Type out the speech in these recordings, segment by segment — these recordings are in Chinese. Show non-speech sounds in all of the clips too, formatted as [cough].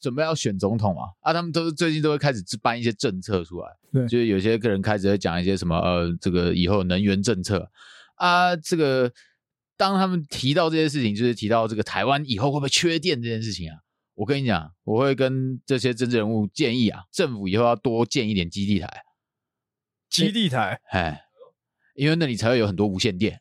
准备要选总统嘛，啊，他们都最近都会开始制办一些政策出来，对就是有些个人开始会讲一些什么呃，这个以后能源政策啊，这个当他们提到这些事情，就是提到这个台湾以后会不会缺电这件事情啊，我跟你讲，我会跟这些政治人物建议啊，政府以后要多建一点基地台，基地台哎，因为那里才会有很多无线电，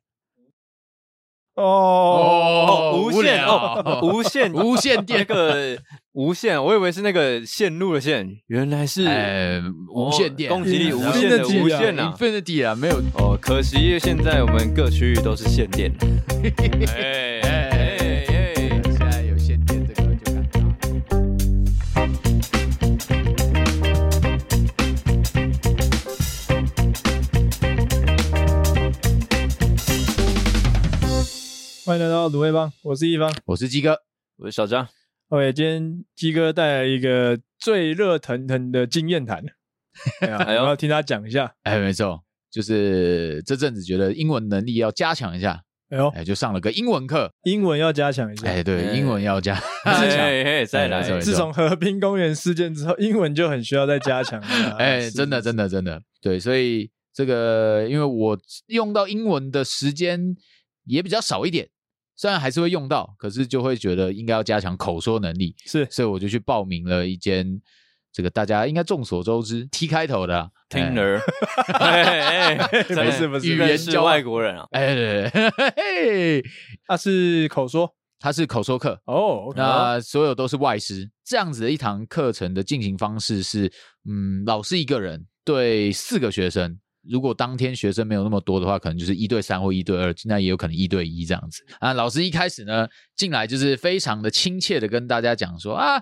哦哦无无线聊哦，无线 [laughs] 无线那电。个无线，我以为是那个线路的线，原来是 [laughs] 哎，无线电，嗯哦攻击力无限线的无线啊！ Infinity 啊，没有哦，可惜现在我们各区域都是限 [laughs] 电。哎哎哎哎现在有限电这个就尴尬。欢迎来到卤味帮，我是一方。我是鸡哥，我是小 [laughs] 张， OK，今天鸡哥带来一个最热腾腾的经验谈，[laughs] 哎呀哎我呦要听他讲一下。哎，没错，就是这阵子觉得英文能力要加强一下，哎呦，哎，就上了个英文课。英文要加强一下。哎，对，哎英文要加，哎哎哎，再哎来没错自从河滨公园事件之后，英文就很需要再加强了啊。 [laughs] 哎，真的，真的，的，真的，对，所以这个因为我用到英文的时间也比较少一点。虽然还是会用到，可是就会觉得应该要加强口说能力，是所以我就去报名了一间这个大家应该众所周知 T 开头的啊哎 Tinder，哎哎， [laughs] [laughs] 没事不是语语言言是交换外国人啊，哎，对对 [laughs] 对嘿嘿，他啊是口说它是口说课，哦。OK 那所有都是外师。这样子的一堂课程的进行方式是，嗯，老师一个人对四个学生。如果当天学生没有那么多的话，可能就是一对三或一对二，那也有可能一对一这样子啊。老师一开始呢进来就是非常的亲切的跟大家讲说啊，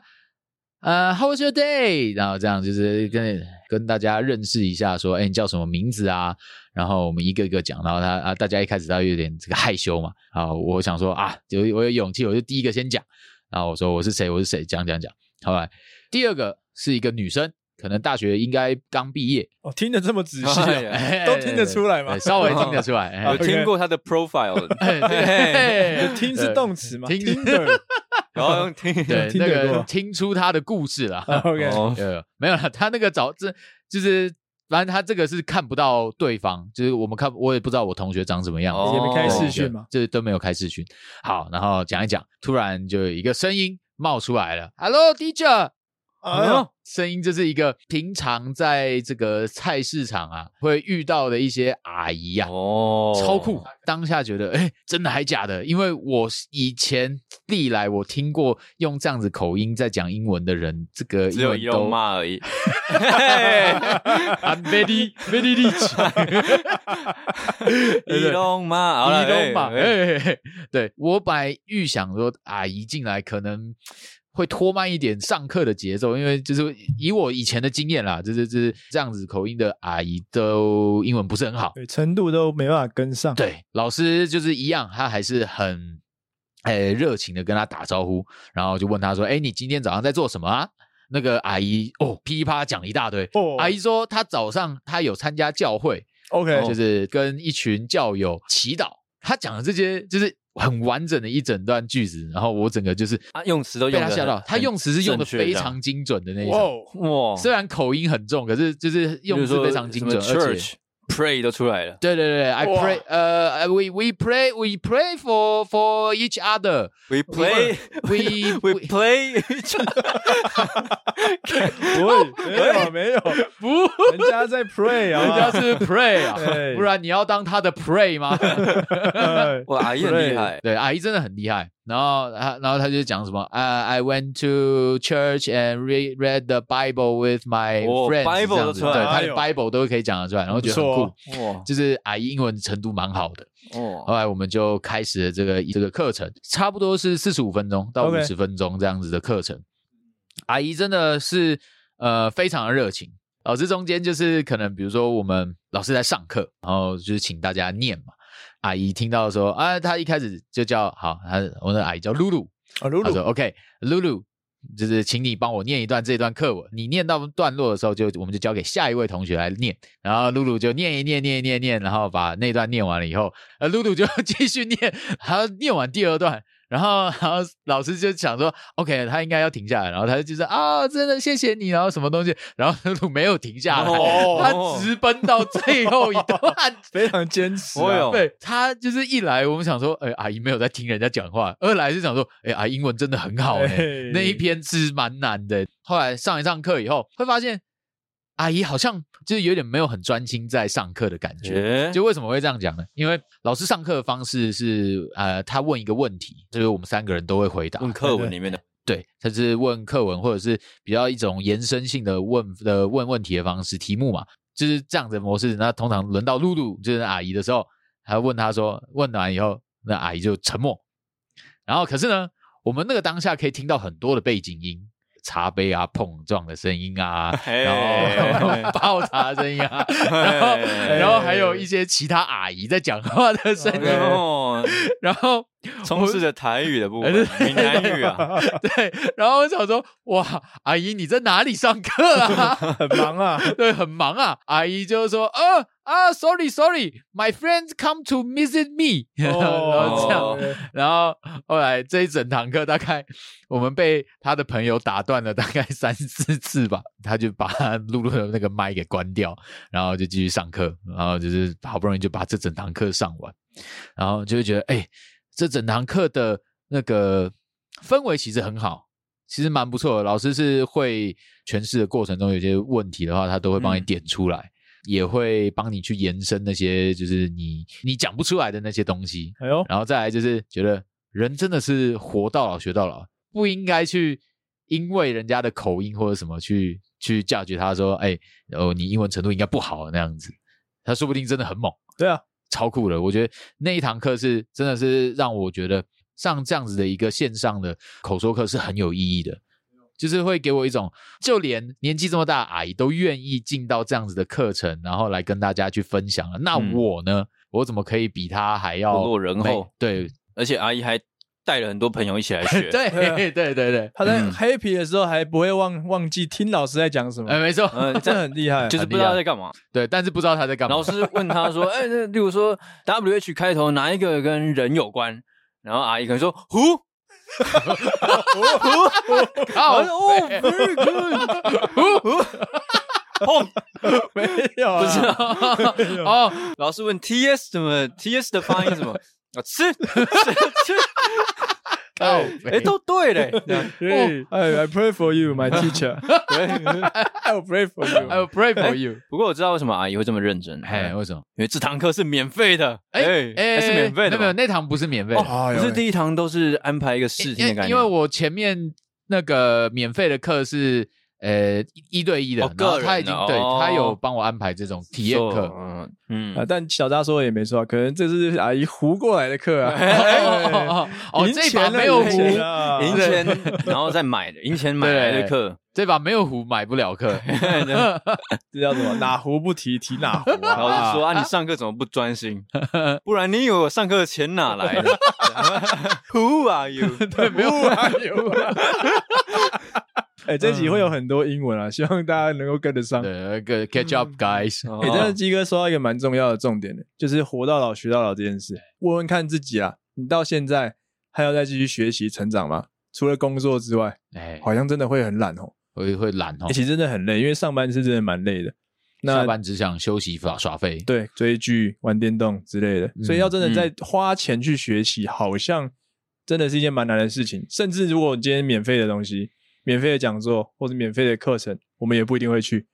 呃，How was your day？然后这样就是跟跟大家认识一下说，哎，你叫什么名字啊？然后我们一个一个讲，然后他啊，大家一开始他有点这个害羞嘛，啊，我想说啊，有我有勇气，我就第一个先讲，然后我说我是谁，我是谁，讲讲讲，好吧。第二个是一个女生，可能大学应该刚毕业，哦，听得这么仔细哎啊，[laughs] 呀哎都听得出哦来吗对稍微听得出来，有哎听过他的 profile，哎哎对就听是动词嘛？听听的。 [laughs] [laughs] 然后用听对听那得个过听出她的故事了。啊 OK，哦呃，没有了，他那个早这就是，反正他这个是看不到对方，就是我们看我也不知道我同学长什么样，哦也没开对视讯嘛？这都没有开视讯。好，然后讲一讲，突然就有一个声音冒出来了，Hello teacher，哎呦，哦声音就是一个平常在这个菜市场啊会遇到的一些阿姨呀、哦超酷！当下觉得，哎、真的还假的？因为我以前历来我听过用这样子口音在讲英文的人，这个只有英一文都 [laughs] 用哎骂而已。I'm very [laughs] very rich。伊隆妈，好了移动嘛，哎哎哎、哎对我本来预想说阿姨进来可能会拖慢一点上课的节奏，因为就是以我以前的经验啦，就是就是这样子口音的阿姨都英文不是很好，对，程度都没办法跟上。对，老师就是一样，他还是很诶热情的跟他打招呼，然后就问他说：“哎，你今天早上在做什么啊？”那个阿姨哦，噼里啪啦讲了一大堆。哦阿姨说她早上她有参加教会，哦，OK，就是跟一群教友祈祷。她讲的这些就是很完整的一整段句子，然后我整个就是啊用词都被用她得吓到，很她用词是用的正确这非样常精准的那一哇种。哦，哇，虽然口音很重，可是就是用比如词说非常精准，什么而且 Church pray 都出来了。对对对对，I 哇 pray，呃、w e we pray we pray for for each other， We play we [laughs] we we play， [laughs] 不会，没有没有，不，人家在 [laughs] pray 啊，人家是 pray [laughs] 啊，对不然你要当他的 pray 吗？哎哇，阿姨很厉害。对，阿姨真的很厉害。然后他，然后他就讲什么啊、i went to church and read read the Bible with my 哦 friends，、 Bible 这样都子，出来对，他哎的呦 Bible 都可以讲得出来，然后觉得很不错酷，哦哇就是阿姨英文程度蛮好的。后哦，来我们就开始了这个这个课程，差不多是四十五分钟到五 OK 十分钟这样子的课程。阿姨真的是呃非常的热情。老师中间就是可能比如说我们老师在上课，然后就是请大家念嘛。阿姨听到说啊，她一开始就叫好，她我的阿姨叫露露， [laughs] 啊，露她说露， OK，露露。就是请你帮我念一段这段课文，你念到段落的时候就，我们就交给下一位同学来念，然后露露就念一念，念一念，念，然后把那段念完了以后，呃，露露就继续念，还要念完第二段，然后，然后老师就想说，OK，他应该要停下来，然后他就说啊，真的谢谢你，然后什么东西，然后路没有停下来，哦他直奔到最后一段。非常坚持、啊。哦哟对他就是一来，我们想说，哎、阿姨没有在听人家讲话；二来是想说，哎、阿姨英文真的很好哎、哎那一篇是蛮难的。后来上一上课以后，会发现阿姨好像就是有点没有很专心在上课的感觉。诶就为什么会这样讲呢？因为老师上课的方式是，呃，他问一个问题，就是我们三个人都会回答。问课文里 [laughs] 面的对，他是问课文或者是比较一种延伸性的问的问问题的方式，题目嘛，就是这样子的模式。那通常轮到露露就是阿姨的时候，还问她说，问完以后，那阿姨就沉默。然后可是呢，我们那个当下可以听到很多的背景音。茶杯啊碰撞的声音啊，嘿哎 [laughs] 然后泡茶的声音啊，然后嘿然后还有一些其他阿姨在讲话的声音， OK 哦，然后充斥着台语的部哎分对，闽南 [laughs] 语啊，对，然后我想说，哇，阿姨你在哪里上课啊？ [laughs] 很 [laughs] 忙啊， [laughs] 对，很忙啊。阿姨就说，呃啊，sorry sorry，my friends come to visit me，、然哦后这样。样， [laughs] 然后后来这一整堂课，大概我们被他的朋友打断了大概三四次吧，他就把 [laughs] 他露露的那个麦给关掉，然后就继续上课，然后就是好不容易就把这整堂课上完，然后就会觉得，哎、这整堂课的那个氛围其实很好。其实蛮不错的，老师是会诠释的过程中有些问题的话，他都会帮你嗯点出来，也会帮你去延伸那些就是你你讲不出来的那些东西。哎呦，然后再来就是觉得人真的是活到老学到老，不应该去因为人家的口音或者什么去去嫁绝他说，哎，哦，你英文程度应该不好那样子，他说不定真的很猛，对啊，超酷的。我觉得那一堂课是真的是让我觉得上这样子的一个线上的口说课是很有意义的。就是会给我一种，就连年纪这么大的阿姨都愿意进到这样子的课程，然后来跟大家去分享了。那嗯我呢？我怎么可以比她还要不落人后没对，而且阿姨还带了很多朋友一起来学， [laughs] 对对啊对对对，他在嗯 happy 的时候还不会忘忘记听老师在讲什么，哎，没错，嗯， [laughs] 这真的样很厉害。就是不知道在干嘛。对，但是不知道他在干嘛老。师问他说：“ [laughs] 哎、那例如说 W H 开头哪一个跟人有关？”然后阿姨可能说：“胡靠哦北，very good，砰 [laughs] 没有啊，不是 [laughs] 啊、哦，老师问 T S 怎么 T S 的发音什么？啊，吃吃吃， [laughs] 靠哎、北都对嘞。这 [laughs] 样对，哎，I pray for you, my [laughs] teacher. 对，I'll pray for you. I'll 哎 pray for you。 [laughs] 不过我知道为什么阿姨会这么认真，哎，哎，为什么？因为这堂课是免费的，哎、哎是免费的没有，吗，那堂不是免费的，哎呦不是喂第一堂都是安排一个试听的因感为因觉，为我前面那个免费的课是呃一对一的哦，然后个人他的已经哦对他有帮我安排这种体验课。嗯嗯啊，但小扎说的也没错啊，可能这是阿姨糊过来的课啊。哦哎哦 [laughs] 哦哦， [laughs] 赢这钱把了没有胡，赢钱了赢钱，然后再买的，赢钱买来的课，这把没有胡买不了 [laughs] 课。哎这叫什么？哪壶不提提哪壶然后啊！就说啊，你上课怎么不专心？不然你以为我上课的钱哪来的？Who are you？对，没有有啊。 [laughs] 哎，这集会有很多英文啊，希望大家能够跟得上。对，那个 catch up guys，哎、但是哦鸡哥说到一个蛮重要的重点的，就是活到老学到老这件事。问问看自己啊，你到现在还要再继续学习成长吗？除了工作之外，哎，嗯好像真的会很懒哦，会会懒哦哎而，且真的很累，因为上班是真的蛮累的。下那班只想休息耍耍废。对追剧、玩电动之类的，嗯所以要真的在花钱去学习，好像真的是一件蛮难的事情。甚至如果今天免费的东西、免费的讲座或者免费的课程，我们也不一定会去。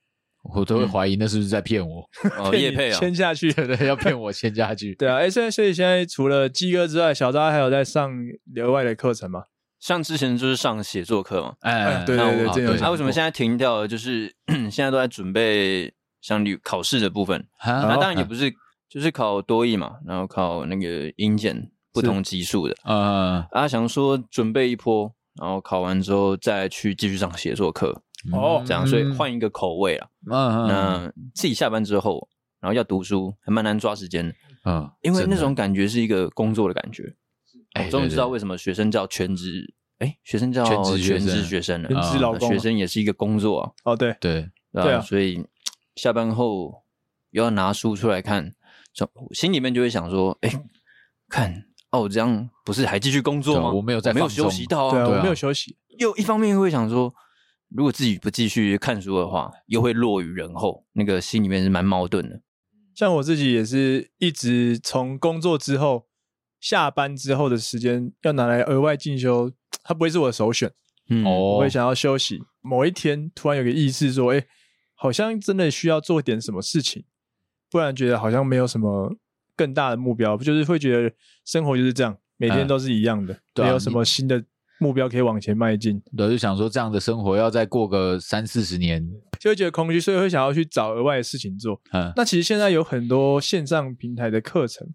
我都会嗯怀疑那是不是在骗我， [laughs] [laughs] 哦，叶配啊，签下去，对对，要骗我签下去。对啊，哎，现在所以现在除了鸡哥之外，小扎还有在上额外的课程吗？像之前就是上写作课嘛，哎，对对那对我这有对想啊，为什么现在停掉了？就是 [clears throat] 现在都在准备像旅考试的部分，啊那当然也不是，就是考多益嘛，然后考那个英检不同级数的呃，啊，想说准备一波，然后考完之后再去继续上写作课，哦嗯这样，所以换一个口味啊。嗯嗯那自己下班之后，然后要读书，还蛮难抓时间的，嗯，因为真的那种感觉是一个工作的感觉。哎我终于知道对对为什么学生叫全职，哎，学生叫全职学生职学生了，全职劳那工啊学生也是一个工作啊，哦，对，对，对对吧、啊所以下班后又要拿书出来看，从心里面就会想说，哎，看哦，我这样不是还继续工作对啊吗？我没有在没有放休松息到对啊，对我啊没有休息，又一方面会想说，如果自己不继续看书的话，又会落于人后，那个心里面是蛮矛盾的。像我自己也是一直从工作之后、下班之后的时间要拿来额外进修，它不会是我的首选。嗯，我哦会，想要休息。某一天突然有个意识说，哎、好像真的需要做点什么事情，不然觉得好像没有什么更大的目标，不就是会觉得生活就是这样，每嗯天都是一样的，对啊没有什么新的目标可以往前迈进，对，就想说这样的生活要再过个三四十年，就会觉得空虚，所以会想要去找额外的事情做。嗯，那其实现在有很多线上平台的课程，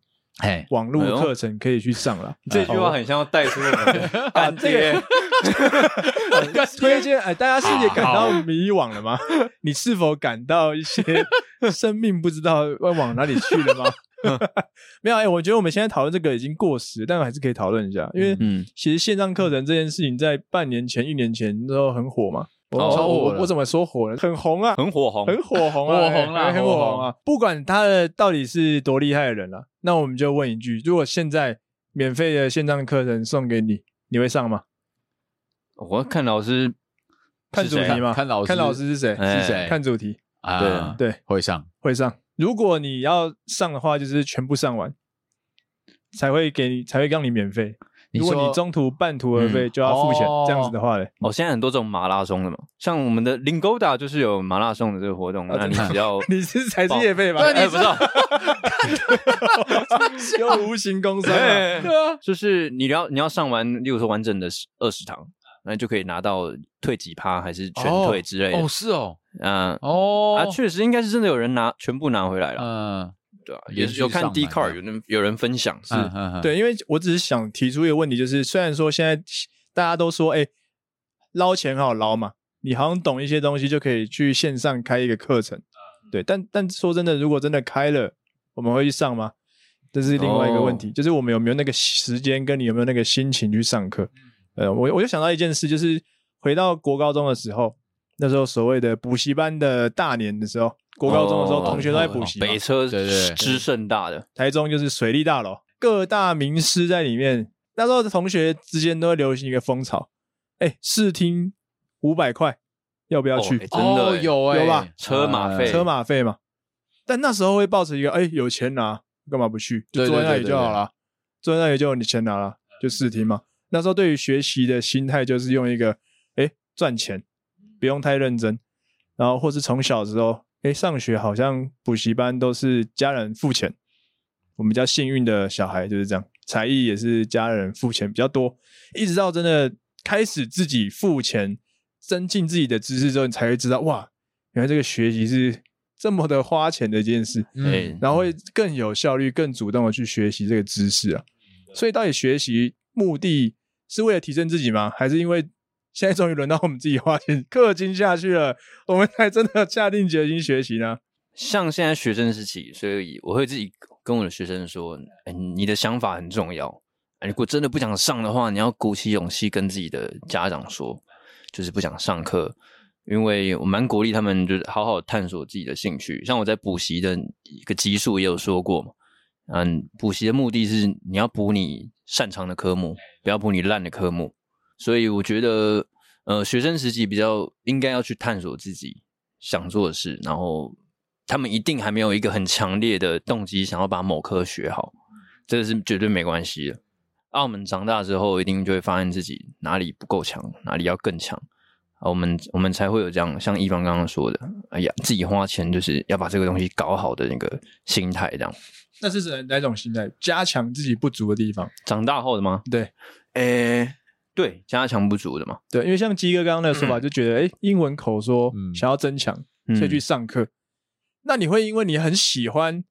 嘿，网络哎呦课程可以去上了。这句话很像要带出我们 [laughs] 干爹，推荐哎，大家是也感到迷惘了吗？ [laughs] 你是否感到一些生命不知道要往哪里去了吗？ [laughs] 没有哎、我觉得我们现在讨论这个已经过时，但还是可以讨论一下，因为嗯，其实线上课程这件事情在半年前、一年前都很火嘛。我、哦我超火我了我怎么说火了？很红啊，很火红，很火红啊，火红啦哎很火火红红啊！不管他的到底是多厉害的人啊，那我们就问一句：如果现在免费的线上课程送给你，你会上吗？我看老师看主题看嘛，看老师看老师是谁？哎是谁看主题，啊，对对，会上会上。如果你要上的话，就是全部上完，才会给你，才会让你免费。你如果说你中途半途而废，就要付钱。哦这样子的话嘞， [laughs] 哦，现在很多这种马拉松的嘛，像我们的 Lingoda 就是有马拉啊松的这个活动，那你只 [laughs] 要你是才是业费 [laughs] 吧？哎不知道，啊又无 [laughs] 形工伤啊。对啊，就是你要你要上完，例如说完整的二十堂，那你就可以拿到退几趴还是全退之类哦，的。是哦，嗯哦，啊，确实应该是真的有人拿全部拿回来了，嗯，对啊，连也续是有看上满 D c a 这 r 有人有人分享是嗯，嗯嗯对，因为我只是想提出一个问题，就是虽然说现在大家都说，哎，捞钱好捞嘛，你好像懂一些东西就可以去线上开一个课程，嗯对，但但说真的，如果真的开了，我们会去上吗？这是另外一个问哦题，就是我们有没有那个时间，跟你有没有那个心情去上课？嗯呃，我我就想到一件事，就是回到国高中的时候，那时候所谓的补习班的大年的时候，国高中的时候，哦同学都在补习嘛，北车对对对之盛大的，台中就是水利大楼，各大名师在里面。那时候的同学之间都会流行一个风潮，哎，试听五百块，要不要去？哦哎真的哦欸有哎，有吧车马费嗯车马费嘛。但那时候会抱着一个，哎，有钱拿，干嘛不去？就对坐对在那对里对就对嗯好了，坐在那里就有你钱拿了，就试听嘛。那时候对于学习的心态就是用一个，哎，赚钱，不用太认真，然后或是从小的时候，哎，上学好像补习班都是家人付钱，我们比较幸运的小孩就是这样，才艺也是家人付钱比较多，一直到真的开始自己付钱增进自己的知识之后，你才会知道哇，原来这个学习是这么的花钱的一件事，嗯，然后会更有效率、更主动的去学习这个知识啊。所以，到底学习目的是为了提升自己吗？还是因为现在终于轮到我们自己花钱氪金下去了，我们才真的下定决心学习呢？像现在学生时期，所以我会自己跟我的学生说：“哎，你的想法很重要。哎如果真的不想上的话，你要鼓起勇气跟自己的家长说，就是不想上课。因为我蛮鼓励他们，就是好好探索自己的兴趣。像我在补习的一个集数也有说过嘛，嗯，补习的目的是你要补你擅长的科目，不要补你烂的科目。所以我觉得，呃，学生时期比较应该要去探索自己想做的事，然后他们一定还没有一个很强烈的动机想要把某科学好，这个是绝对没关系的。澳门长大之后，一定就会发现自己哪里不够强，哪里要更强。啊，我们我们才会有这样，像一凡刚刚说的，哎呀，自己花钱就是要把这个东西搞好的那个心态，这样。那是指哪哪种心态？加强自己不足的地方。长大后的吗？对诶、对，加强不足的嘛，对，因为像鸡哥刚刚那个说法，就觉得哎、诶英文口说嗯想要增强，嗯所以去上课。那你会因为你很喜欢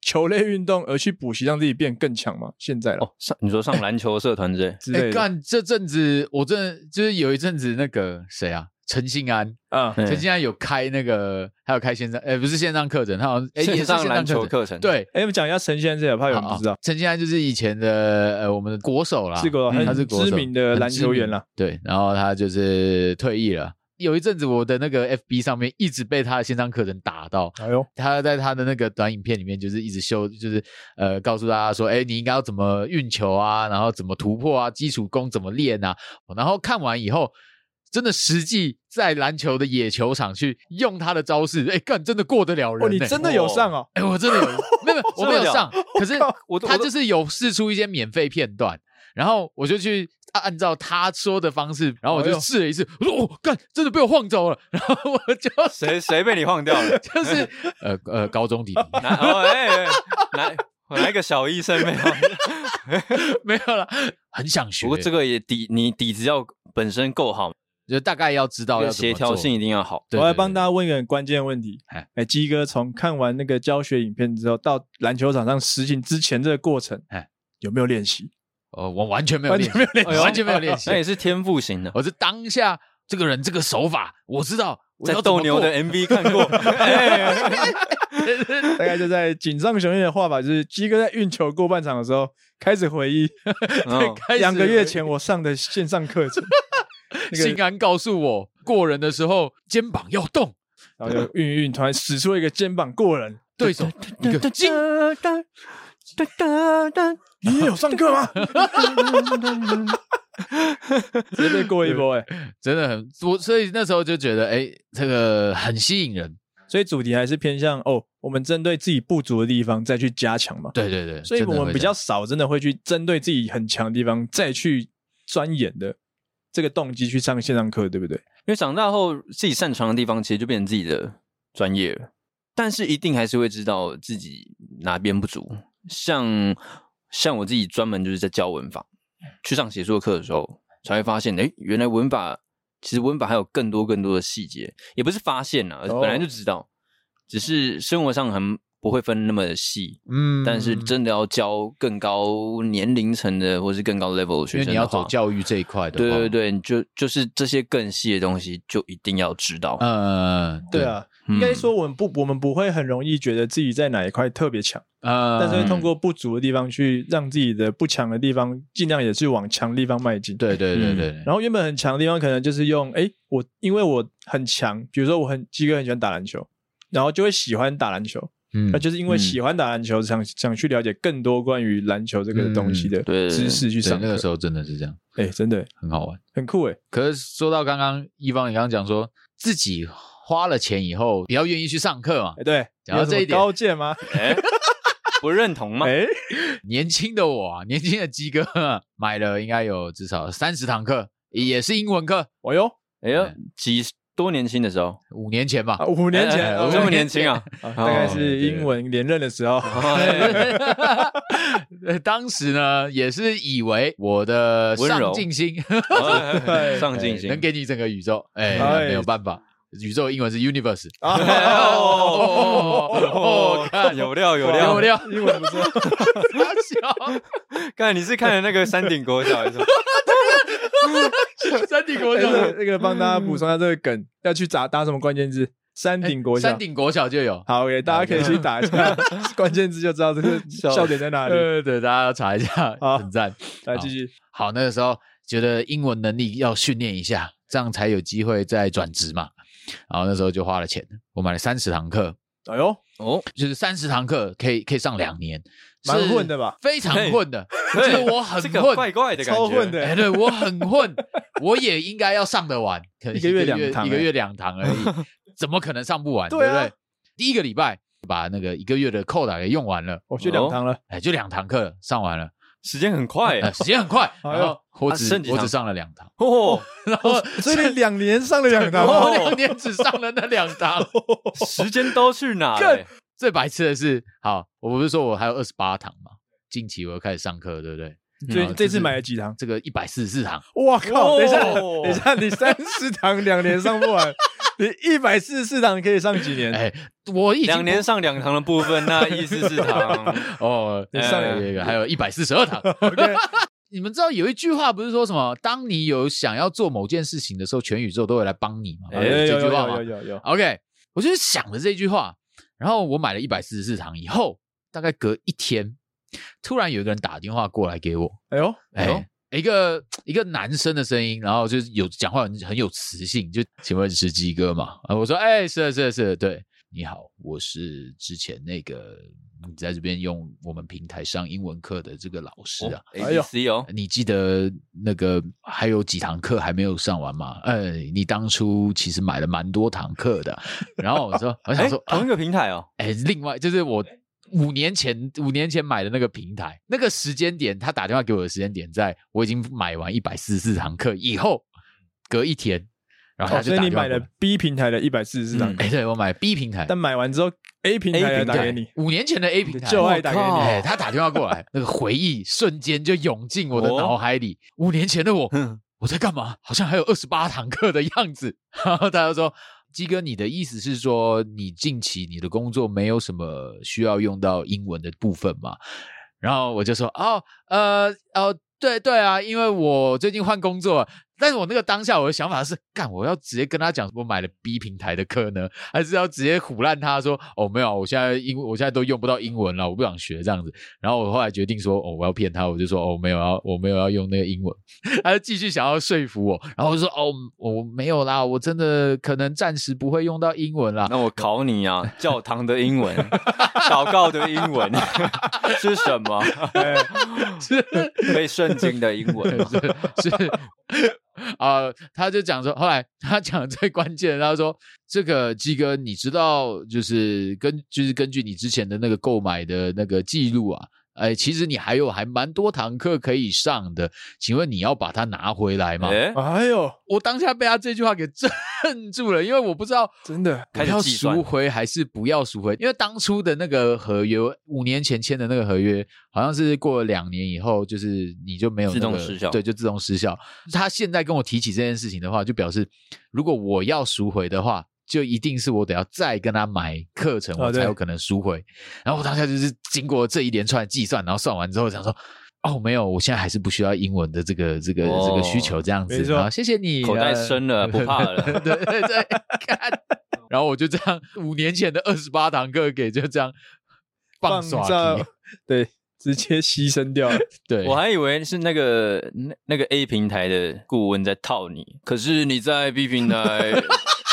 球类运动而去补习，让自己变更强吗？现嗯在了、，哦，上你说上篮球社团之类之哎、类的干这阵子我真的就是有一阵子那个谁啊，陈信安，啊、嗯陈信安有开那个，还有开线上，哎、不是线上课程，他好像哎、也是线上线篮球课程，课程，，对。哎，我们讲一下陈先生，怕有人不知道，陈信安就是以前的呃我们的国手啦，嗯是个他很是国手知名的很篮知球名员啦。对，然后他就是退役了，有一阵子我的那个 FB 上面一直被他的线上课程打到，哎呦，他在他的那个短影片里面，就是一直秀，就是呃，告诉大家说，哎，你应该要怎么运球啊，然后怎么突破啊，基础功怎么练啊。然后看完以后，真的实际在篮球的野球场去用他的招式，哎，干真的过得了人、欸。哦，你真的有上哦？哎，我真的有，没有，没 [laughs] 有我没有上，可是我都他我都就是有试出一些免费片段，然后我就去按照他说的方式，然后我哎就呦试了一次，我说哦，干，真的被我晃走了， [laughs] 然后我就谁谁被你晃掉了？ [laughs] [laughs] 就是呃呃高中弟弟，哪哦哎，哎哪哪一个小医生没有？没有啦，很想学， [laughs] 不过这个也底你底子要本身够好，就大概要知道要怎么协调做性。一定要好。对我来帮大，家问一个很关键的问题哎。哎，鸡哥从看完那个教学影片之后，到篮球场上实行之前这个过程哎，有没有练习？呃，我完全没有完练全习，没有练习完全没有练习 [laughs] 那，也是天赋型的，我是当下这个人这个手法，我知道我在要怎么斗牛做 [laughs] 的嗯 MV 看过，哎大概就在井上雄彦的画法，就是鸡哥在运球过半场的时候，开始回忆嗯开始两个月前我上的线上课程，那个心安告诉我，过人的时候肩膀要动，然后就运一运，突然使出一个肩膀过人。对手一个进，你也有上课吗？ [laughs] 直接被过一波哎、真的很我，所以那时候就觉得，哎，这个很吸引人。所以主题还是偏向哦，我们针对自己不足的地方再去加强嘛。对对对，所以真的我们会比这样较少真的会去针对自己很强的地方再去钻研的这个动机去上线上课，对不对？因为长大后自己擅长的地方，其实就变成自己的专业了。但是一定还是会知道自己哪边不足。像像我自己专门就是在教文法，去上写作课的时候，才会发现，哎，原来文法其实文法还有更多更多的细节，也不是发现了、而是哦本来就知道，只是生活上很不会分那么细。嗯但是真的要教更高年龄层的，或是更高 level 的学因为生的话，你要走教育这一块的，对对，对，你就就是这些更细的东西，就一定要知道。呃，对，啊，嗯应该说我们不，我们不会很容易觉得自己在哪一块特别强，呃，但是会通过不足的地方去让自己的不强的地方，尽量也是往强的地方迈进。对对对嗯对对，然后原本很强的地方，可能就是用哎，诶我因为我很强，比如说我很鸡哥很喜欢打篮球，然后就会喜欢打篮球，嗯那、就是因为喜欢打篮球，想想去了解更多关于篮球这个东西的对知识去对上那课个。时候真的是这样，哎、真的很好玩。很酷哎，可是说到刚刚一方，你刚刚讲说自己花了钱以后比较愿意去上课嘛哎，对，讲到你有什么这一点高见吗？哎，不认同吗？哎，年轻的我啊，年轻的鸡哥啊买了应该有至少三十堂课，也是英文课，哦哟，哎呦，几多年轻的时候，五年前吧啊。五年前，哎啊我五这么年年哦轻啊，啊大概是英文连任的时候，呃当时呢，也是以为我的温柔上进心哎上进哎心，能给你整个宇宙，哎，哎没有办法，宇宙英文是 universe。啊 [laughs] 哦哦看有料有 [laughs] 有料，料英文不错，大看你是看了那个山顶国小还是什么，小， [laughs] 山顶国哎小， [laughs] 那那个帮大家补充一下这个梗，要去打打什么关键字？山顶国小哎山。顶国小就有。好耶，大家可以去打一下 [laughs] 关键字，就知道这个笑点在哪里。啊对对对，大家要查一下，[laughs] 好很赞。来继续，好，那个时候觉得英文能力要训练一下，这样才有机会再转职嘛。然后那时候就花了钱，我买了三十堂课，哎呦，哦，就是三十堂课可以可以上两年，蛮是混的吧非常嘿混的，就是我很这个怪混。怪的感觉，超混的哎，对我很混，我也应该要上得完，可一个月两堂一个哎月两堂 [laughs] 而已，怎么可能上不完？对对不啊对？第一个礼拜把那个一个月的扣打给用完了，我去两堂了，哎，就两堂课上完了，时间很快呃耶，时间很快，哎呦然后我啊只剩几我堂只上了两 [laughs] 堂，哦，然后所以你两年上了两堂我哦，两啊年只上了那两堂。时间都去哪了耶？最白痴的是，好，我不是说我还有二十八堂嘛，近期我又开始上课，对不对？所嗯以这次买了几堂？这个一百四十四堂，哇靠！哦等一下，等一下，你三十堂两年上不完，你一百四十四堂可以上几年？哎，我已经两年上两堂的部分，那意思是堂，哦，你上了哎还有一百四十二堂。 OK 你们知道有一句话不是说什么？当你有想要做某件事情的时候，全宇宙都会来帮你嘛？哎有有这句有话有嘛有有有， OK，我就是想了这句话，然后我买了一百四十四堂以后，大概隔一天，突然有一个人打电话过来给我，哎呦，哎、哎呦一个一个男生的声音，然后就是有讲话很很有磁性，就请问是鸡哥嘛？啊，我说哎、是的，是的，是的，对，你好，我是之前那个你在这边用我们平台上英文课的这个老师啊。哎呦，A B C 哦，你记得那个还有几堂课还没有上完吗？呃，你当初其实买了蛮多堂课的。然后我说，我想哎说，，啊同一个平台哦，哎，另外就是我五年前五年前买的那个平台，那个时间点，他打电话给我的时间点在，我已经买完一百四十四堂课以后，隔一天，然后哦，他就所打以你电话买过来。了 B 平台的一百四十四档嗯，哎，对我买 B 平台，但买完之后 A 平台 A 来平打台给你，五年前的 A 平台，就爱打给我靠你。哎，他打电话过来，那个回忆瞬间就涌进我的哦脑海里。五年前的我，哼，我在干嘛？好像还有二十八堂课的样子。然后大家说，鸡哥，你的意思是说，你近期你的工作没有什么需要用到英文的部分吗？然后我就说，哦，呃，哦，对对啊，因为我最近换工作了。但是我那个当下我的想法是，干，我要直接跟他讲我买了 B 平台的课呢，还是要直接唬烂他说，哦，没有，我现在英，我现在都用不到英文了，我不想学这样子。然后我后来决定说，哦，我要骗他，我就说，哦，没有要，我没有要用那个英文。 [laughs] 他就继续想要说服我，然后我就说哦，我没有啦，我真的可能暂时不会用到英文啦。 [laughs] 那我考你 [laughs] 啊，教堂的英文，祷告的英文 [laughs] 是什 [laughs] 么？哎背圣经的英文吗，是是啊、他就讲说，后来他讲的最关键的，他说这个鸡哥，你知道，就是根就是根据你之前的那个购买的那个记录啊。哎，其实你还有还蛮多堂课可以上的，请问你要把它拿回来吗？哎，哎呦，我当下被他这句话给 [laughs] 震住了，因为我不知道真的我开始要计算赎回还是不要赎回？因为当初的那个合约，五年前签的那个合约，好像是过了两年以后，就是你就没有、那自动个失效对，就自动失效。他现在跟我提起这件事情的话，就表示如果我要赎回的话，就一定是我得要再跟他买课程，啊哦我才对有可能赎回。然后我当下就是经过这一连串的计算，然后算完之后想说。哦，没有，我现在还是不需要英文的这个这个、这个需哦求这样子没。错好，谢谢你。口袋呃深了，不怕了。 [laughs] 对对对，看。 [laughs] 然后我就这样，五年前的二十八堂课给就这样放耍在题， [laughs] 对，直接牺牲掉了。对， [laughs] 我还以为是那个那那个 A 平台的顾问在套你，可是你在 B [laughs] 平台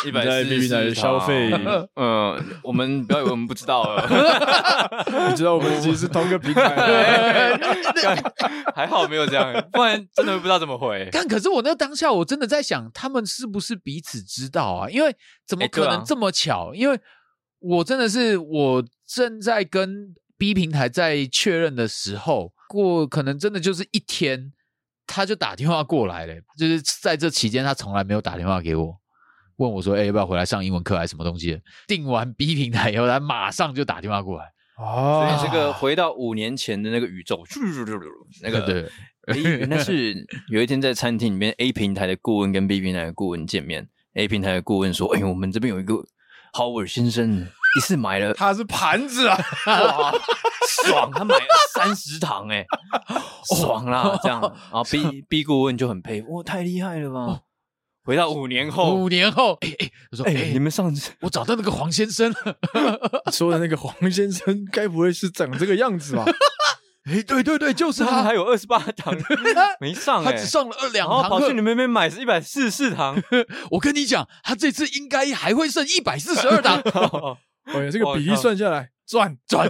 一百在 B 平台消费嗯，我们不要以为我们不知道哦 [laughs] 了，你知道我们其实是同个平 [laughs] 台的， [laughs] 还好没有这样，不然真的不知道怎么 [laughs] 回。但可是我那当下我真的在想，他们是不是彼此知道啊？因为怎么哎对可啊能这么巧？因为我真的是我正在跟 B 平台在确认的时候，过可能真的就是一天，他就打电话过来了。就是在这期间，他从来没有打电话给我。问我说：“哎、要不要回来上英文课还是什么东西的？”定完 B 平台以后，他马上就打电话过来。所哦以这个回到五年前的那个宇宙，那个对，诶原来是 [laughs] 有一天在餐厅里面，A 平台的顾问跟 B 平台的顾问见面，A 平台的顾问说：“哎、我们这边有一个 Howard 先生，一次买 [laughs] 了，他是盘子啊，哇，爽，他买了三十堂、 [laughs] 诶爽啦，这样。”然后 B B 顾问就很佩服，哇，太厉害了吧！回到五年后哦五，年后，哎、哎、我说：“哎、哎、你们上次我找到那个黄先生了。 [laughs] 说的那个黄先生，该不会是长这个样 [laughs] 子吧？哎、对对对，就是他他还。有二十八堂 [laughs] 没上、[laughs] 他诶只上了二两然后堂跑课去你，们那边买是一百四十 [laughs] 四堂，我跟你讲，他这次应该还会剩一百四十二 [laughs] 档。哎呀，这个比例算下来赚赚，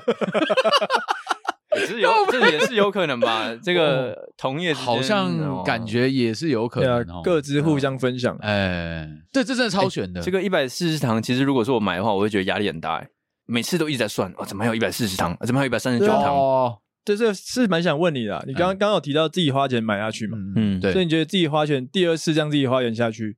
也是有，这也是有可能 [laughs] 吧。这个同业之间哦哦好像感觉也是有可对啊能哦，。各自互相分享。啊哎、对，这真的超悬的。哦这个一百四十堂，其实如果说我买的话，我会觉得压力很大。哎每次都一直在算，哦，怎么还有一百四十堂？啊怎么还有一百三十九对啊堂？哦，对，这是蛮想问你的啊。你刚刚刚有提到自己花钱买下去嘛？嗯，嗯，对所以你觉得自己花钱第二次这样自己花钱下去，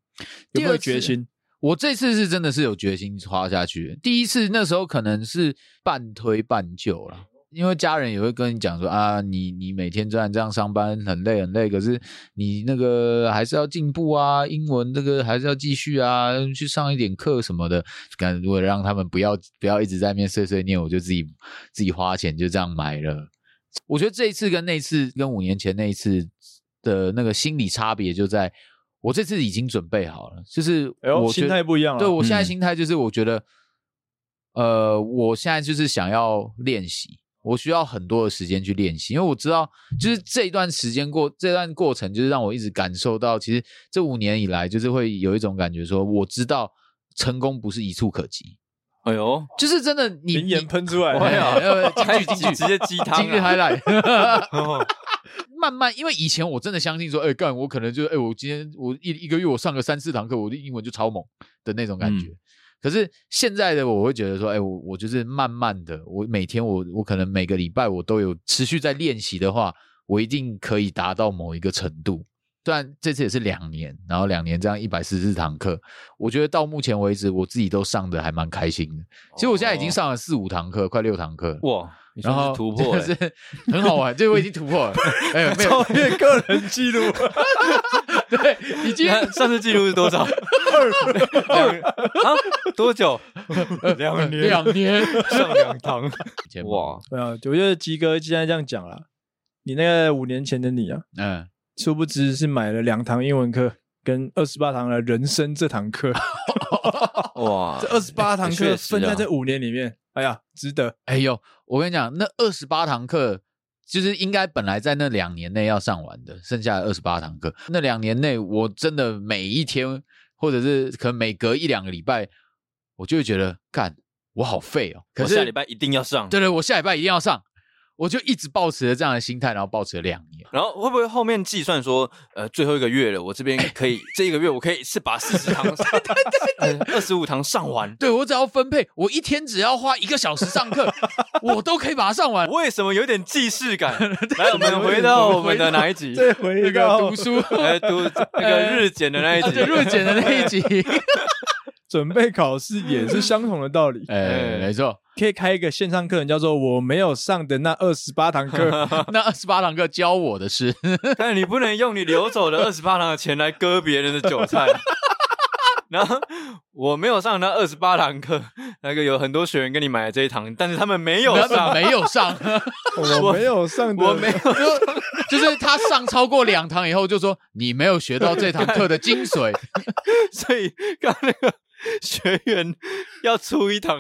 第有没有二次决心？我这次是真的是有决心花下去。第一次那时候可能是半推半就啦，因为家人也会跟你讲说啊，你你每天这样这样上班很累很累，可是你那个还是要进步啊，英文这个还是要继续啊，去上一点课什么的。感为了让他们不要不要一直在那边碎碎念，我就自己自己花钱就这样买了。我觉得这一次跟那一次跟五年前那一次的那个心理差别就在。我这次已经准备好了，就是哎呦，我觉心得态不一样了。对我现在嗯心态就是，我觉得，呃，我现在就是想要练习，我需要很多的时间去练习，因为我知道，就是这一段时间过这段过程，就是让我一直感受到，其实这五年以来，就是会有一种感觉说，我知道成功不是一触可及，哎呦，就是真的你名言喷出来， [laughs] 哎呀，要 [laughs] 不开要进去直进去直接鸡汤啊进去 highlight。哦慢慢，因为以前我真的相信说，哎、干，我可能就是，哎、我今天我一一个月我上个三四堂课，我的英文就超猛的那种感觉。可是现在的我会觉得说，哎、我我就是慢慢的，我每天我我可能每个礼拜我都有持续在练习的话，我一定可以达到某一个程度。虽然这次也是两年，然后两年这样一百四十堂课，我觉得到目前为止我自己都上的还蛮开心的。其实我现在已经上了四五堂课，快六堂课了。哇，你然算后是突破欸就了，是很好玩，就是我已经突破了，哎、没有超越个人记录，对，已经那上次记录是多少？二 [laughs] 两啊？多久？两年呃两年 [laughs] 上两 [laughs] 堂。前哇，哇，对啊，我觉得吉哥既然这样讲了，你那个五年前的你啊，嗯，殊不知是买了两堂英文课跟二十八堂的人生这堂课，哇这，二十八堂课啊确实啊分在这五年里面，哎呀，值得。哎呦，我跟你讲，那二十八堂课就是应该本来在那两年内要上完的，剩下的二十八堂课，那两年内我真的每一天，或者是可能每隔一两个礼拜，我就会觉得，干，我好废哦。可我是下礼拜一定要上。对对，我下礼拜一定要上，我就一直保持着这样的心态，然后保持了两年。然后会不会后面计算说，呃，最后一个月了，我这边可以这一个月我可以是把四十堂、二十五堂上完？对我只要分配，我一天只要花一个小时上课，我都可以把它上完。 [laughs] 为什么有点既视感？ [laughs] 来，我们回到我们的哪一集？ [laughs] 再回那个到读书，呃，读那个日检的那一啊，集对，。润简的那一集，准备考试也是相同的道理，哎，没错，可以开一个线上课程，叫做“我没有上的那二十八堂课 [laughs] 那二十八堂课教我的是，但你不能用你流走的二十八堂的钱来割别人的韭菜。 [laughs] 然后我没有上那二十八堂课，那个有很多学员跟你买了这一堂，但是他们没有他上们，没有上，”，我没有上的，[laughs] 我没有就是他上超过两堂以后，就说你没有学到这堂课的精髓，所以刚刚那个学员要出一堂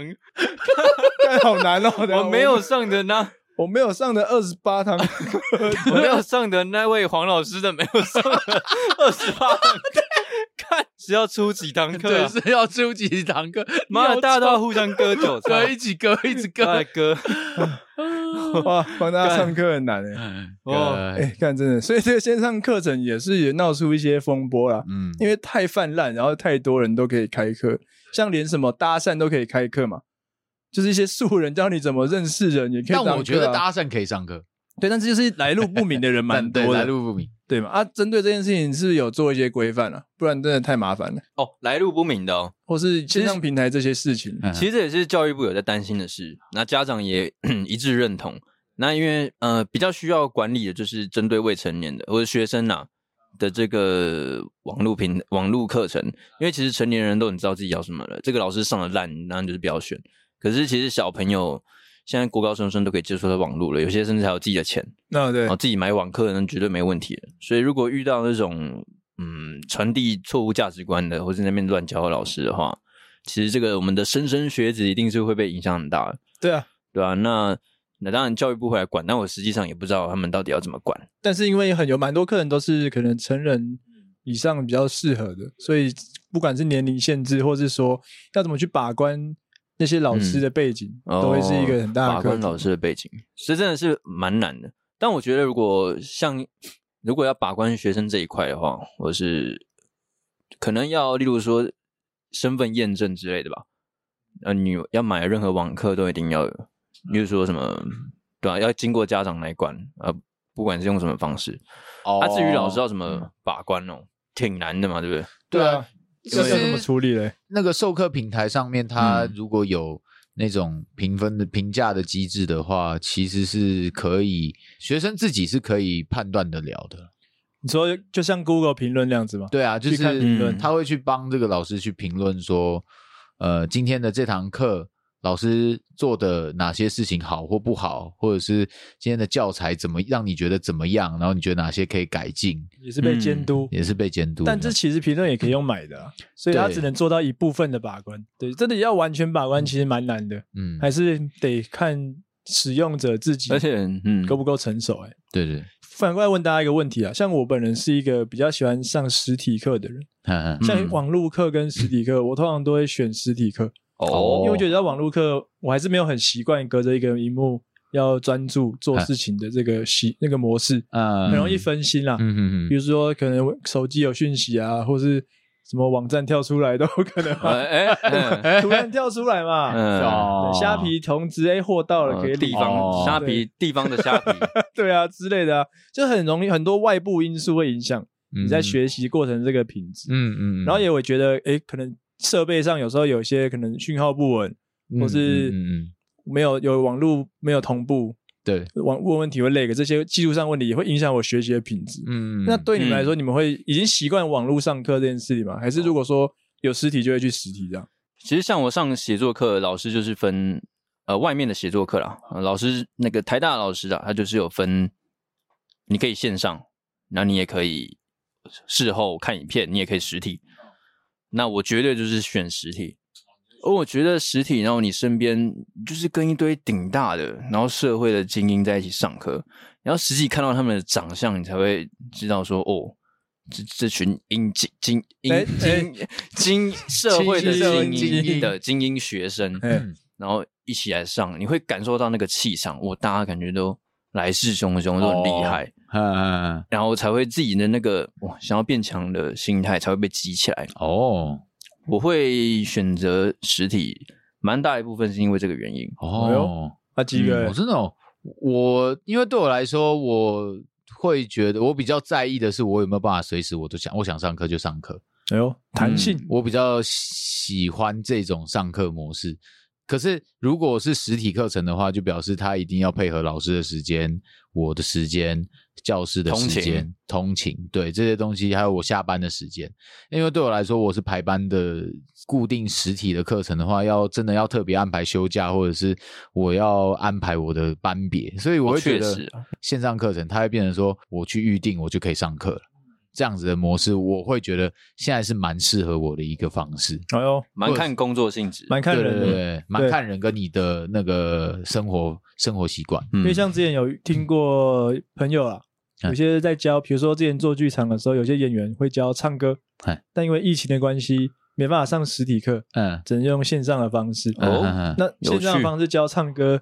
好难哦。 [laughs] 啊我没有，上的那我没有上的二十八堂课， [laughs] 我没有上的那位黄老师的没有上的二十八堂 [laughs] 课，看是要出几堂课、对，啊？是要出几堂课， [laughs] 妈的，大哎家都要互相割韭 [laughs] 对，菜一，起割，一起大割，家 [laughs] 割。哇，帮大家上课很难哎。哦，哎，看真的，所以这个线上课程也是也闹出一些风波啦，嗯，因为太泛滥，然后太多人都可以开课，像连什么搭讪都可以开课嘛，就是一些素人教你怎么认识人，也可以但当课啊。我觉得搭讪可以上课，对，但是就是来路不明的人蛮但 [laughs] 对多来的，路不明，对嘛？啊，针对这件事情是不是有做一些规范啊？不然真的太麻烦了。哦，来路不明的哦。或是线其实上平台这些事情，嗯其实这也是教育部有在担心的事，那家长也 [clears throat] 一致认同。那因为呃比较需要管理的就是针对未成年的或者学生呐、的这个网络平网络课程，因为其实成年人都很知道自己要什么了，这个老师上的烂，那就是不要选。可是其实小朋友现在国高中生都可以接触到网络了，有些甚至还有自己的钱，那对然后哦哦自己买网课那绝对没问题的。所以如果遇到那种嗯传递错误价值观的，或是那边乱教的老师的话，其实这个我们的莘莘学子一定是会被影响很大的，对啊。对吧、那那当然教育部会来管，但我实际上也不知道他们到底要怎么管。但是因为很有蛮多客人都是可能成人以上比较适合的，所以不管是年龄限制，或是说要怎么去把关那些老嗯师的背景，哦都会是一个很大法的官课老题。师的背景，所以真的是蛮难的。但我觉得，如果像如果要把关学生这一块的话，我是可能要，例如说身份验证之类的吧。呃，你要买任何网课都一定要有，例如说什么，对吧、啊要经过家长来管，呃，不管是用什么方式。哦啊，至于老师要怎嗯么把关哦，挺难的嘛，对不对？对啊啊，这要怎么处理嘞？那个授课平台上面，它嗯如果有那种评分的评价的机制的话，其实是可以学生自己是可以判断得了的。你说就像 Google 评论那样子吗？对啊，就去看是评论他会去帮这个老师去评论说，呃，今天的这堂课老师做的哪些事情好或不好，或者是今天的教材怎么让你觉得怎么样，然后你觉得哪些可以改进，也是被监督。嗯也是被监督的。但这其实评论也可以用买的啊、所以它对只能做到一嗯部分的把关。对，真的要完全把关其实蛮难的，嗯，还是得看使用者自己，而且嗯，够不够成熟、欸？哎，对对，反过来问大家一个问题啊，像我本人是一个比较喜欢上实体课的人，嗯嗯像嗯网络课跟实体课，我通常都会选实体课，哦因为我觉得在网络课我还是没有很习惯隔着一个荧幕要专注做事情的这个习那个模式，呃很容易分心啦。嗯嗯比如说可能手机有讯息啊，或是什么网站跳出来都有可能嘛、哎哎 [laughs] 突然跳出来嘛。 [laughs] [laughs] 嗯，哦对虾皮同知哎，货到了可以呃领地哦方虾皮地方的虾皮， [laughs] 对啊之类的啊，就很容易很多外部因素会影响你在，学习过程这个品质。嗯嗯嗯嗯，然后也我觉得，哎，可能设备上有时候有些可能讯号不稳，嗯或是嗯嗯嗯没有有网络没有同步，对，网问问题会 lag，这些技术上问题也会影响我学习的品质。嗯，那对你们来说，你们会已经习惯网络上课这件事情吗？还是如果说有实体就会去实体这样？其实像我上写作课，老师就是分呃外面的写作课啦，呃老师那个台大老师啊，他就是有分，你可以线上，那你也可以事后看影片，你也可以实体。那我绝对就是选实体，而我觉得实体，然后你身边就是跟一堆顶大的，然后社会的精英在一起上课，然后实际看到他们的长相，你才会知道说哦。这这群英精精哎嗯英 [laughs] 精精社会的精英精精英英的精英学生，嗯哎、然后一起来上，你会感受到那个气场，我大家感觉都来势汹汹，都很厉害，嗯嗯嗯然后才会自己的那个哇想要变强的心态才会被激起来。哦我会选择实体，蛮大一部分是因为这个原因。哎哦呦，啊，几个、嗯我真的、哦，我因为对我来说，我会觉得我比较在意的是我有没有办法随时我都想我想上课就上课，哎呦，弹性、嗯我比较喜欢这种上课模式。可是如果是实体课程的话，就表示他一定要配合老师的时间、我的时间、教室的时间、通勤，对这些东西，还有我下班的时间。因为对我来说，我是排班的固定实体的课程的话，要真的要特别安排休假，或者是我要安排我的班别，所以我会哦觉确得实啊线上课程它会变成说，我去预定我就可以上课了。这样子的模式，我会觉得现在是蛮适合我的一个方式，哎呦，蛮看工作性质，蛮看对人的。对对，蛮对看人跟你的那个生活生活习惯，因因为 [laughs] 像之前有听过朋友啊，嗯有些在教，比如说之前做剧场的时候，有些演员会教唱歌哎，但因为疫情的关系，没办法上实体课，嗯，只能用线上的方式。嗯哦嗯那线上有的趣方式教唱歌，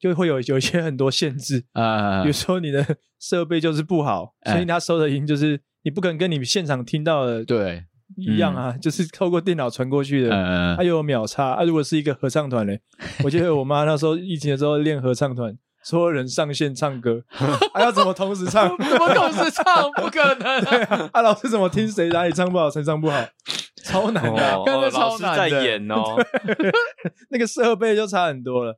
就会有有 [laughs] 一些很多限制，嗯比如说你的设备就是不好，哎所以他收的音就是你不可能跟你现场听到的对，一样啊，就是透过电脑传过去的。嗯它又有秒差啊！如果是一个合唱团嘞，我记得我妈那时候疫情的时候练合唱团，所有人上线唱歌，还、要怎么同时 [laughs] 唱？哦我总是唱，不可能啊，啊，老师怎么听谁哪里唱不好，谁唱不好，超难的啊、哦看着哦超老师难在的演哦，那个设备就差很 [laughs] 多了。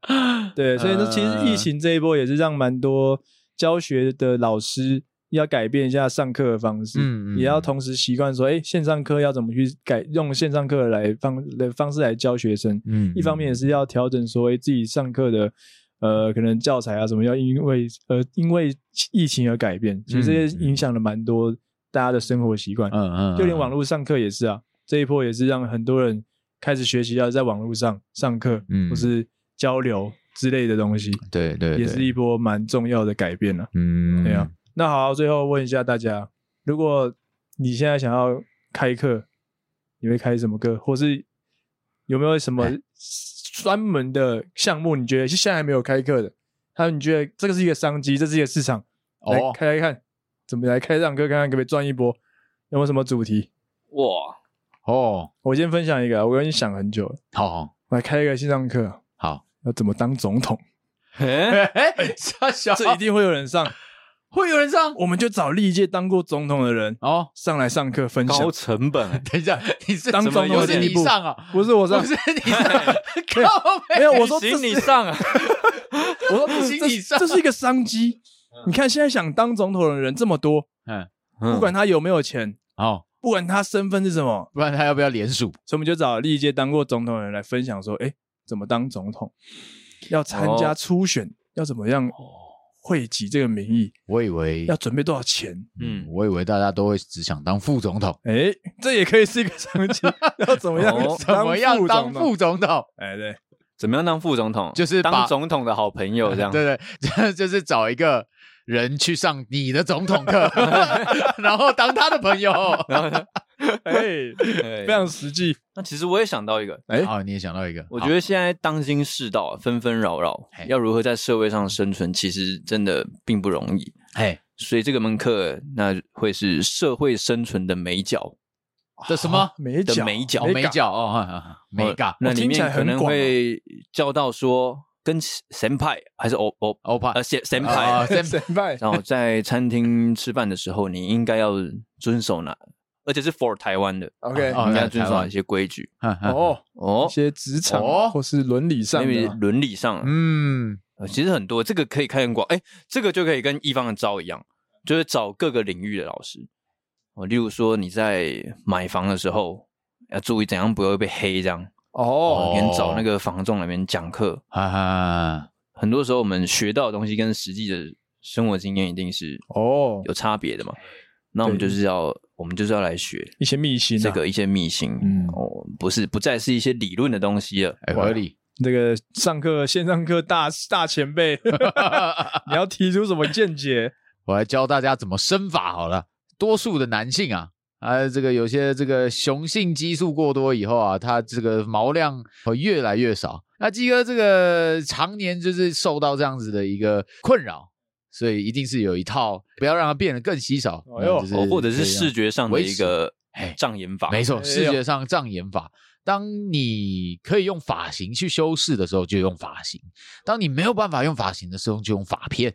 对，所以那其嗯实疫情这一波也是让蛮多教学的老师要改变一下上课的方式，嗯嗯也要嗯同时习惯说，哎，线上课要怎么去改，用线上课来方的方式来教学生。 [laughs] 嗯一方面也是要调整所谓自己上课的。呃，可能教材啊什么要因为呃因为疫情而改变，其实这嗯些嗯影响了蛮多大家的生活习惯。嗯嗯，就连网络上课也是啊，这一波也是让很多人开始学习要在网络上上课，嗯或是交流之类的东西，对对也是一一波蛮重要的改变了、嗯对啊，那好，最后问一下大家，如果你现在想要开课，你会开什么课，或是有没有什么哎专门的项目？你觉得是现在还没有开课的，还有你觉得这个是一个商机，这是一个市场，来哦开开看，怎么来开这堂课，看看可不可以赚一波？有没有什么主题？哇，哦，我先分享一个啊，我跟你想很久了， [laughs] 好我来开一个线上课，啊好，要怎么当总统？ [laughs] 哎哎，傻小这一定会有人上，会有人上我们就找历届当过总统的人哦。上来上课分享高。[laughs] 成本，等一下，你是当怎么总统有的是第你一步上啊？不是我上不，是 [laughs] 你上，靠 [laughs] 背没有我说这行，你是上啊，我说这请这你上嗯这是一个商机。你看现在想当总统的人这么多，嗯不管他有没有钱，哦，不管他身份是什么，不然他要不要联署？所以我们就找历届当过总统的人来分享说，哎，怎么当总统？要参加哦初选，要怎么样哦汇集这个民意？我以为要准备多少钱？嗯嗯，我以为大家都会只想当副总 [laughs] 统，哎， [laughs] 这也可以是一个商机。要怎么样哦？怎么样当副总统？副总统？哎，对，怎么样当副总统？就是把当总统的好朋友这样。 [laughs] 对对，这就是找一个人去上你的总统 [laughs] 课，然后当他的朋友。然后呢， [laughs] 哎，非非常实际。那其实我也想到一个，哎，哦，你也想到一个，我觉得现在当今世道啊纷纷扰扰嘿，要如何在社会上生存，其实真的并不容易。好，哎，所以这个门课，那会是社会生存的美角这什么啊美的角？美角哦美 [laughs] 角哦，哈哈美嘎那哦里听起来面可很能广啊会教到说，跟神派还是欧欧欧帕呃神神啊派，先神拜 [laughs] 哦然后在餐厅吃饭的时候，你应该要遵守哪，而且是 for 台湾的， ，OK，哦你应那该遵守台哪湾一些规矩哦，一哦，些职场哦或是伦理上因为的啊，伦理上啊，嗯，呃其实很多这个可以开很广，哎，这个就可以跟一方的招一样，就是找各个领域的老师，哦，例如说你在买房的时候要注意怎样不会被黑这样，哦哦，连找那个房仲那边讲课，哈哈，很多时候我们学到的东西跟实际的生活经验一定是哦，有差别的嘛，那我们就是要我们就是要来学一些秘辛啊，这个一些秘辛，嗯哦，不是不再是一些理论的东西了，哎，合理，这个上课线上课大大前辈， [laughs] 你要提出什么见解？我来教大家怎么生法好了。多数的男性啊，啊，这个有些这个雄性激素过多以后啊，他这个毛量呃越来越少。那鸡哥这个常年就是受到这样子的一个困扰，所以一定是有一套不要让它变得更稀少，哎呦就是哦，或者可是以让视觉上的维一持个哎障眼法，没哎错，呦视觉上障眼法。当你可以用发型去修饰的时候，就用发型；当你没有办法用发型的时候，就用发片。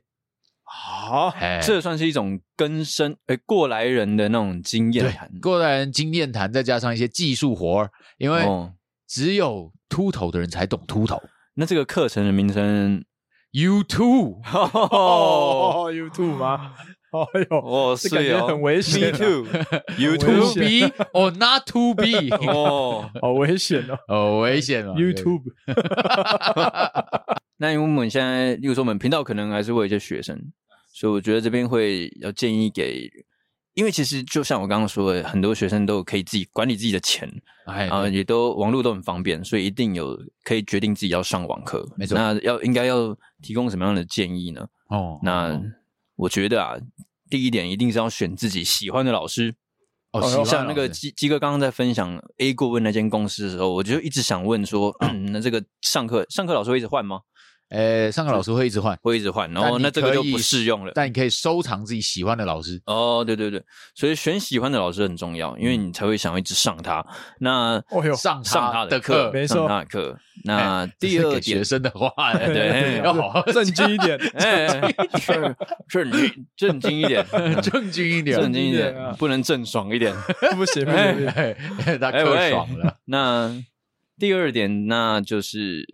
好，哎，这算是一种根深哎过来人的那种经验对谈。过来人经验谈，再加上一些技术活儿，因为哦，只有秃头的人才懂秃头。那这个课程的 [laughs] 名称 You too，哦哦，YouTube 吗？哦呦，哦，这是感觉哦很危险啊 [laughs] Me too, you 很危 to too 险 be or not to be， [laughs] 哦。好危险哦哦，危险了。 ！YouTube 那因为我们现在，例如说我们频道可能还是会有一些学生，所以我觉得这边会要建议给，因为其实就像我刚刚说的，很多学生都可以自己管理自己的钱，哎，啊、也都网络都很方便，所以一定有可以决定自己要上网课。没错那要应该要提供什么样的建议呢？哦，那我觉得啊，第一点一定是要选自己喜欢的老师。哦，哦喜欢像那老个师鸡鸡哥刚刚在分享 A 顾问那间公司的时候，我就一直想问说，嗯那这个上课上课老师会一直换吗？呃，上课老师会一直换，会一直换，然但后你哦那这个可就以不适用了。但你可以收藏自己喜欢的老师。哦，对对对，所以选喜欢的老师很重要，因为你才会想要一直上他。那哦呦嗯上上他的课，没错上他的课。那哎第这是二给学点，生的 [laughs] 话，哎对要好好正经一 [laughs] 点，哎，是正经正经一点，正经一点，正经一正经一点啊点，不能郑爽一点。 [laughs] 不行不行不行，哎，他哎嗑喂爽了，那第二点，那就是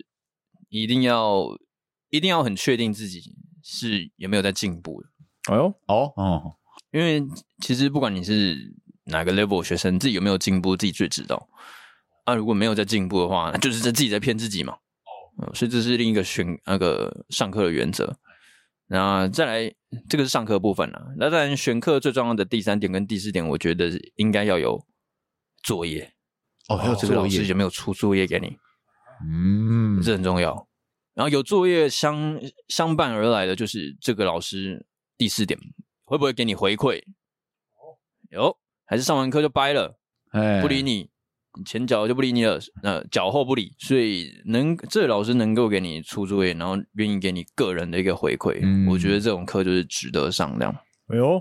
一定要一定要很确定自己是有没有在进步的，哎呦，哦哦，因为其实不管你是哪个 level 的学生，自己有没有进步，自己最知道。啊，如果没有在进步的话，那就是在自己在骗自己嘛。哦、所以这是另一个选那个上课的原则。那再来，这个是上课部分了。那当然，选课最重要的第三点跟第四点，我觉得应该要有作业。哦，还有这个作老师业，有没有出作业给你？嗯，这很重要。然后有作业相相伴而来的就是这个老师第四点，会不会给你回馈？有，还是上完课就掰了，哎不理你，你前脚就不理你了，呃，脚后不理。所以能这个老师能够给你出作业，然后愿意给你个人的一个回馈，嗯我觉得这种课就是值得上这样。哎呦，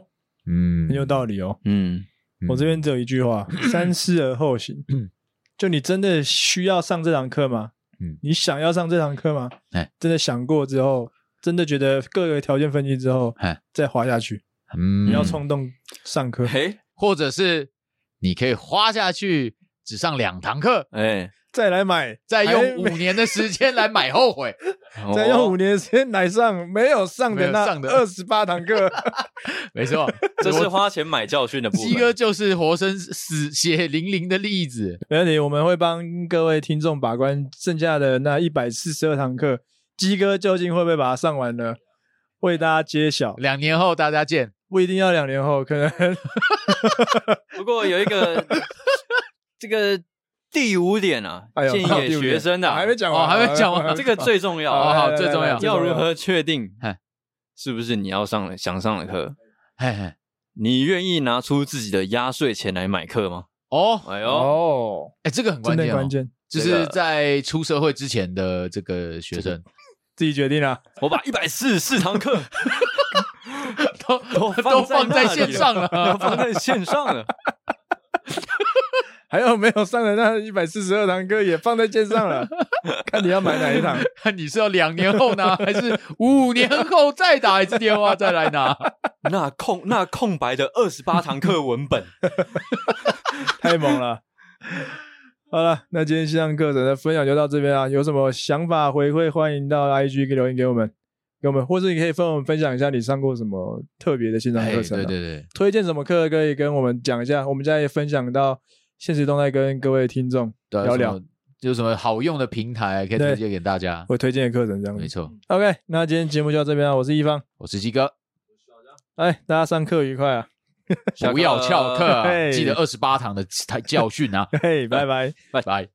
嗯，很有道理哦。 [laughs] 嗯，嗯我这边只有一句话：三思而后行。 [clears throat] 就你真的需要上这堂课吗？嗯你想要上这堂课吗？哎真的想过之后，真的觉得各个条件分析之后哎，再滑下去，嗯不要冲动上课。嘿，或者是你可以花下去只上两堂课，哎，再来买，再还用五年的时间来买后悔，再哦用五年的时间来上没有上没的有那上的二十八 [laughs] 堂课。没错，这是我花钱买教训的部分。鸡哥就是活生死血淋淋的例子，没问题，我们会帮各位听众把关剩下的那一百四十二堂课，鸡哥究竟会不会把它上完呢？为大家揭晓，两年后大家见。不一定要两年后，可能 [laughs] [laughs] 不过有一个这个第五点啊，哎呦，建议给第五点学生的啊、还没讲完，哎哦还没讲完 [laughs] 这个最重要。哎哦好来来来最重要来要如何确定哎嗨是不是你要上的想上的课？嘿嘿，你愿意拿出自己的压岁钱来买课吗？哦，哎呦，哦，哎，这个很关真的键，关，键，就这是个在出社会之前的这个学生自己决定啊啦。我把一百四十四 [laughs] 堂课都都都在放在那里线上了 [laughs] 都放在线上了。还有没有上的那一百四十二堂课也放在线上了， [laughs] 看你要买哪一堂。看你是要两年后拿，还是五年后再打一次电话再来 [laughs] 拿？那空那空白的二十八堂课文本，太猛了。 [laughs] 好了，那今天线上课程的分享就到这边啊。有什么想法回馈，欢迎到 IG 给留言给我们，给我们，或是你可以跟我们分享一下你上过什么特别的线上哎课对程、啊对，对，推荐什么课可以跟我们讲一下，我们现在也分享到现实动态跟各位听众对啊有聊。什聊么有什么好用的平台可以推荐给大家？我推荐的课程这样没子。错， OK，那今天节目就到这边啊，我是一方，我是鸡哥，哎，大家上课 [laughs] 愉快啊，下课不要翘课啊，嘿记得二十八堂的教训啊，嘿，拜拜。拜。